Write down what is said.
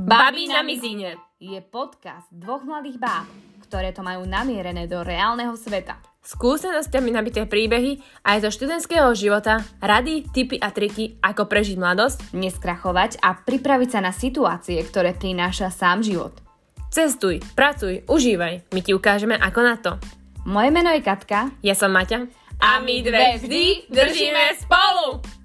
Babi na mizine. je podcast dvoch mladých báb, ktoré to majú namierené do reálneho sveta. Skúsenostiami nabité príbehy aj zo študentského života, rady, tipy a triky, ako prežiť mladosť, Neskrachovať a pripraviť sa na situácie, ktoré prináša sám život. cestuj, pracuj, užívaj. My ti ukážeme, ako na to. Moje meno je Katka Ja som Maťa. A my dve vždy držíme spolu!